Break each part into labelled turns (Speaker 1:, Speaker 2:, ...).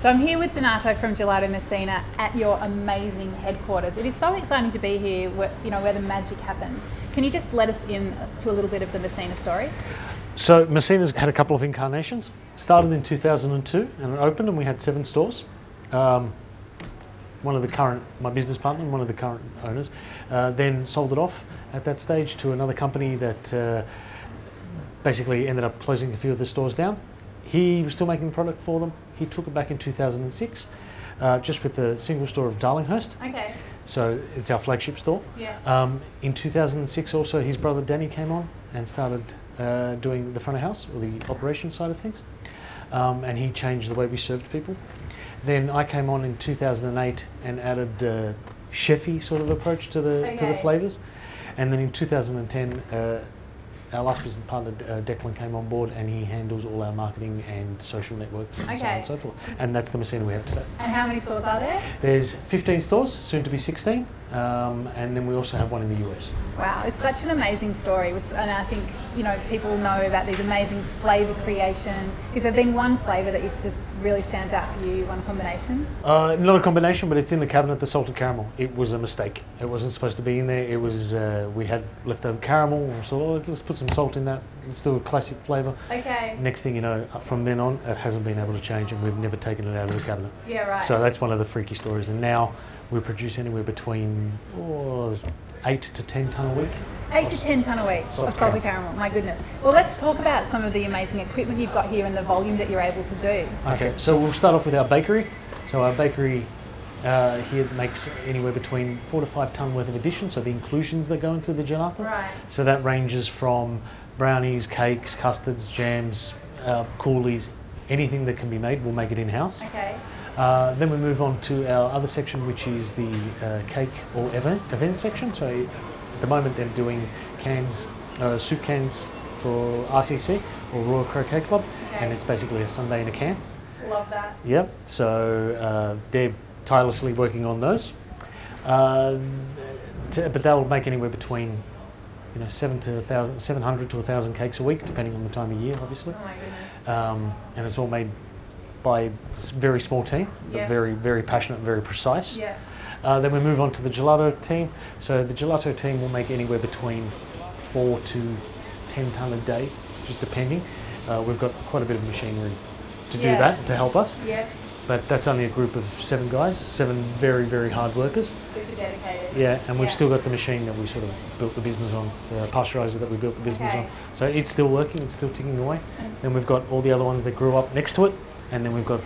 Speaker 1: So I'm here with Donato from Gelato Messina at your amazing headquarters. It is so exciting to be here, where, you know, where the magic happens. Can you just let us in to a little bit of the Messina story?
Speaker 2: So Messina's had a couple of incarnations. Started in 2002 and it opened, and we had seven stores. Um, one of the current, my business partner, one of the current owners, uh, then sold it off at that stage to another company that uh, basically ended up closing a few of the stores down. He was still making the product for them. He took it back in 2006, uh, just with the single store of Darlinghurst.
Speaker 1: Okay.
Speaker 2: So it's our flagship store.
Speaker 1: Yes.
Speaker 2: Um, in 2006, also his brother Danny came on and started uh, doing the front of house or the operations side of things, um, and he changed the way we served people. Then I came on in 2008 and added the chefy sort of approach to the to the
Speaker 1: Okay.
Speaker 2: flavors, and then in 2010. Uh, our last business partner, D- uh, Declan, came on board and he handles all our marketing and social networks and so on
Speaker 1: Okay.
Speaker 2: and so forth. And that's the Messina we have today.
Speaker 1: and how many stores are there?
Speaker 2: There's 15 stores, soon to be 16, um, and then we also have one in the US.
Speaker 1: Wow, it's such an amazing story, with- and I think you know people know about these amazing flavour creations. Is there been one flavour that you just really stands out for you, one combination?
Speaker 2: Uh, not a combination, but it's in the cabinet, the salted caramel. It was a mistake. It wasn't supposed to be in there. It was, uh, we had leftover caramel, so oh, let's put some salt in that. Let's do a classic flavour.
Speaker 1: Okay.
Speaker 2: Next thing you know, uh, from then on, it hasn't been able to change and we've never taken it out of the cabinet.
Speaker 1: Yeah, right.
Speaker 2: So that's one of the freaky stories. And now we produce anywhere between oh, 8 to 10 tonne a week.
Speaker 1: Eight to ten ton a week
Speaker 2: Salted
Speaker 1: of salted caramel. My goodness. Well, let's talk about some of the amazing equipment you've got here and the volume that you're able to do.
Speaker 2: Okay, so we'll start off with our bakery. So our bakery uh, here makes anywhere between four to five ton worth of additions, so the inclusions that go into the gelato.
Speaker 1: Right.
Speaker 2: So that ranges from brownies, cakes, custards, jams, uh, coolies, anything that can be made, we'll make it in house.
Speaker 1: Okay.
Speaker 2: Uh, then we move on to our other section, which is the uh, cake or event, event section. So at the moment they're doing cans, uh, soup cans for RCC or Royal Croquet Club,
Speaker 1: Okay.
Speaker 2: and it's basically a Sunday in a can.
Speaker 1: Love that.
Speaker 2: Yep. So uh, they're tirelessly working on those, uh, t- but they'll make anywhere between, you know, seven to a thousand, seven hundred to a thousand cakes a week, depending on the time of year, obviously.
Speaker 1: Oh, my goodness.
Speaker 2: Um, and it's all made by a s- very small team,
Speaker 1: Yeah.
Speaker 2: but very, very passionate, and very precise.
Speaker 1: Yeah.
Speaker 2: Uh, then we move on to the gelato team. So the gelato team will make anywhere between four to ten ton a day, just depending. Uh, we've got quite a bit of machinery to
Speaker 1: Yeah.
Speaker 2: do that to help us.
Speaker 1: Yes.
Speaker 2: But that's only a group of seven guys, seven very, very hard workers.
Speaker 1: Super dedicated.
Speaker 2: Yeah, and we've
Speaker 1: Yeah.
Speaker 2: still got the machine that we sort of built the business on, the pasteurizer that we built the business
Speaker 1: Okay.
Speaker 2: on. So it's still working, it's still ticking away. Then we've got all the other ones that grew up next to it, and then we've got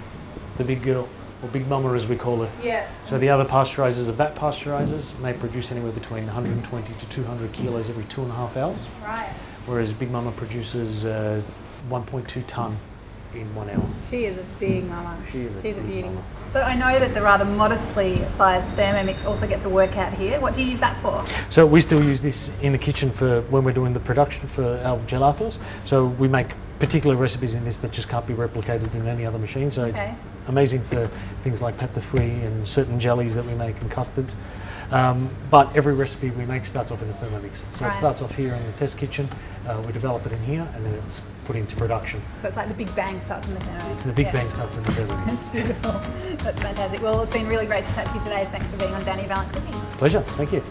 Speaker 2: the big girl, or big mama as we call her.
Speaker 1: Yeah.
Speaker 2: So the other pasteurizers are vat pasteurizers, and they produce anywhere between 120 to 200 kilos every two and a half hours,
Speaker 1: Right.
Speaker 2: whereas Big Mama produces uh, 1.2 ton in one hour.
Speaker 1: She is a big mama.
Speaker 2: She is a
Speaker 1: She's a
Speaker 2: big
Speaker 1: beauty.
Speaker 2: mama.
Speaker 1: So I know that the rather modestly sized Thermomix also gets a workout here. What do you use that for?
Speaker 2: So we still use this in the kitchen for when we're doing the production for our gelatos. So we make particular recipes in this that just can't be replicated in any other machine. So
Speaker 1: Okay.
Speaker 2: it's amazing for things like pâte de fruits and certain jellies that we make and custards. Um, but every recipe we make starts off in the Thermomix. So
Speaker 1: Right.
Speaker 2: it starts off here in the test kitchen. Uh, we develop it in here, and then it's put into production.
Speaker 1: So it's like the Big Bang starts in the Thermomix.
Speaker 2: It's the Big
Speaker 1: Yeah.
Speaker 2: Bang starts in the
Speaker 1: That's
Speaker 2: Thermomix.
Speaker 1: beautiful. That's fantastic. Well, it's been really great to chat to you today. Thanks for being on Danny Valent Cooking.
Speaker 2: Pleasure. Thank you.